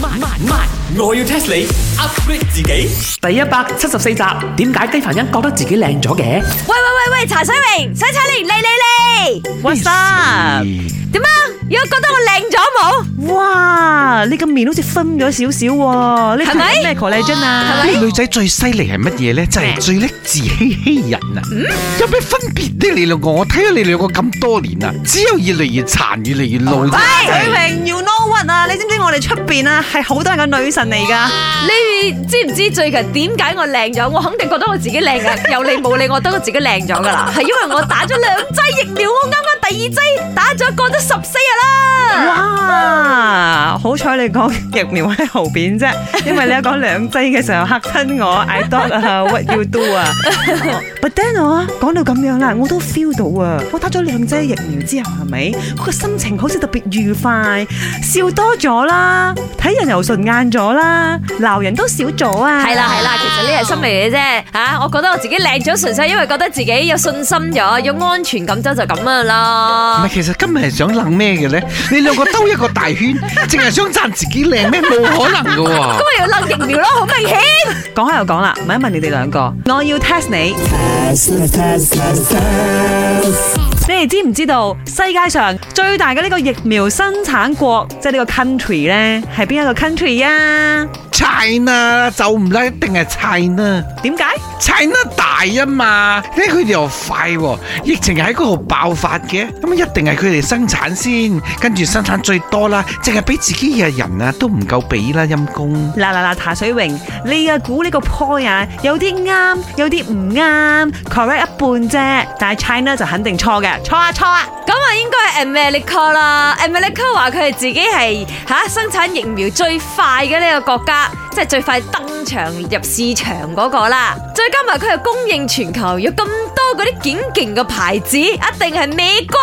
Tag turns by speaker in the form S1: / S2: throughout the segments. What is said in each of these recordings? S1: 慢慢慢，我要 test 你 upgrade 自己。
S2: 第一百七十四集，點解雞凡欣覺得自己靚咗嘅？
S3: 喂喂喂喂，茶水榮、洗彩玲，嚟嚟嚟，What's up？點啊？如果覺得我靚咗冇？
S4: 哇！你個面好似分咗少少喎，呢
S3: 係咪
S4: 排咩 collagen 啊？
S3: 係咪？
S5: 女仔最犀利係乜嘢咧？就係、最叻自欺欺人啊！有咩分別呢？你兩個，我睇咗你兩個咁多年啊，只有越嚟越殘，越嚟越老。
S4: 水榮，you know what 啊？你知唔知我哋出邊啊係好多人嘅女神嚟㗎？
S3: 你知唔知最近點解我靚咗？我肯定覺得我自己靚噶， 有你冇你，我覺得我自己靚咗噶啦，係因為我打咗兩劑疫苗，我啱啱第二劑打咗過咗十四日啦。
S4: 哇！好彩你講疫苗喺後邊啫，因為你一講兩劑嘅時候嚇親我，I thought 啊，what you do 啊？But then 我啊講到咁樣啦，我都 feel 到啊！我打咗兩劑疫苗之後係咪？我個心情好似特別愉快，笑多咗啦，睇人又順眼咗啦，鬧人都少咗啊！
S3: 係啦係啦，其實呢係心理嚟嘅啫吓，我覺得我自己靚咗，純粹因為覺得自己有信心咗，有安全感咗就咁噶
S5: 唔係，
S3: 啦。
S5: 其實今日係想楞咩嘅咧？你兩個兜一個大圈，淨係想讚自己靚咩？冇可能噶喎、
S3: 咁啊咪要冷疫苗咯，好明顯。
S4: 講開又講啦，問一問你哋兩個，我要 test 你。你哋知唔知道世界上最大嘅呢個疫苗生產國，即係呢個 country 呢，係邊一個 country 啊？
S5: China 就唔啦，一定係 China。
S4: 點解？
S5: China 大啊嘛，咧佢哋又快喎、疫情係喺嗰度爆發嘅，咁一定係佢哋生產先，跟住生產最多啦，淨係俾自己嘅人啊都唔夠俾啦，陰公。
S4: 嗱嗱嗱，茶水榮，你嘅估呢個 point 啊，有啲啱，有啲唔啱，correct 一半啫，但係 China 就肯定錯嘅，錯啊錯啊！
S3: 咁啊，應該係 America 啦，America 話佢係自己係嚇、生產疫苗最快嘅呢個國家，即係最快登場入市場嗰個啦。再加埋佢係供應全球，有咁多嗰啲件勁嘅牌子，一定係美國。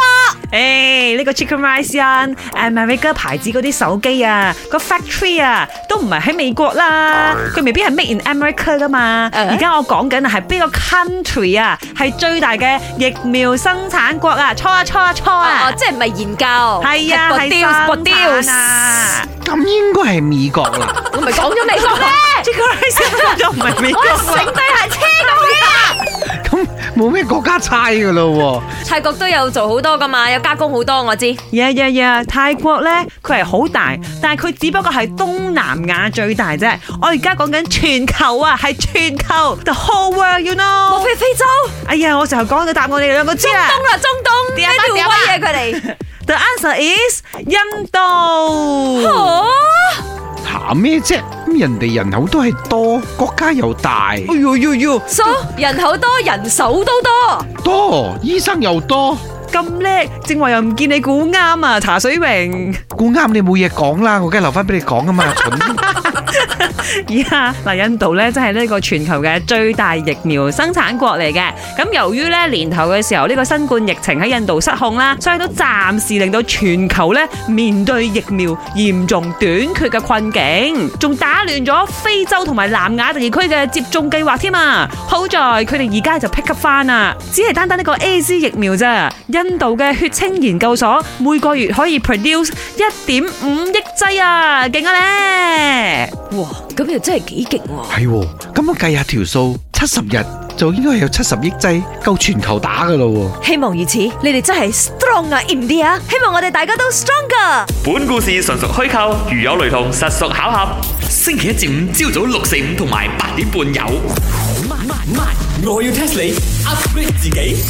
S4: 誒呢個 Chicken Rice 啊，America 牌子嗰啲手機啊，個 factory 啊，都唔係喺美國啦，佢未必係 Made in America 噶嘛。
S3: 誒
S4: 而家我講緊啊係邊個 country 啊，係最大嘅疫苗生產國啊，錯啊錯啊錯
S3: 哦
S4: 啊，！
S3: 即係唔係研究？係
S4: 係啊，
S3: 國
S4: 係
S3: 雕，國
S4: 生
S3: 雕
S4: 產啊
S5: 咁應該係美國啦。
S3: 我咪講咗美國咩？
S4: ，Chicken Rice 都唔係美 國
S3: 我係
S4: 啊
S3: 成。對係車咁嘅啦。
S5: 咁冇咩國家差噶咯
S3: 泰國都有做好多噶嘛，有加工好多我知。
S4: 呀呀呀！泰國呢，佢係好大，但係佢只不過係東南亞最大啫。我而家講緊全球啊，係全球，the whole world，you
S3: 我
S4: know。
S3: 去非洲、
S4: 哎呀，我成日講嘅答案，你哋兩個知啦。
S3: 東啦、中東，
S4: 點啊
S3: 邊條
S4: 點
S3: 威
S4: 啊
S3: 啊佢哋？
S4: The answer is 印度。
S3: 哦。
S5: 喎，行咩啫？咁人哋人口都係多，國家又大，
S4: 哎呦呦呦，
S3: So 人口多，人手都多。
S5: 多醫生又多，
S4: 咁叻，正話又唔見你估啱啊！茶水榮，
S5: 估啱你冇嘢講啦，我梗係留翻俾你講 啊嘛，蠢。
S4: 而家嗱，印度咧真係呢個全球嘅最大疫苗生產國嚟嘅。咁由於咧年頭嘅時候呢個新冠疫情喺印度失控啦，所以都暫時令到全球咧面對疫苗嚴重短缺嘅困境，仲打亂咗非洲同埋南亞地區嘅接種計劃添啊！好在佢哋而家就 pick up 翻啦，只係單單呢個 A Z 疫苗咋。印度嘅血清研究所每個月可以 produce 一點五億劑啊，勁啊咧！
S3: 哇，咁又真係幾勁喎！
S5: 係喎，咁我計下條數，七十日就應該係有七十億劑，夠全球打噶咯喎。
S3: 希望如此，你哋真係 strong 啊，India！希望我哋大家都 stronger。
S1: 本故事純屬虛構，如有雷同，實屬巧合。星期一至五朝早六四五同埋八點半有。慢慢慢，我要 test 你 upgrade 自己。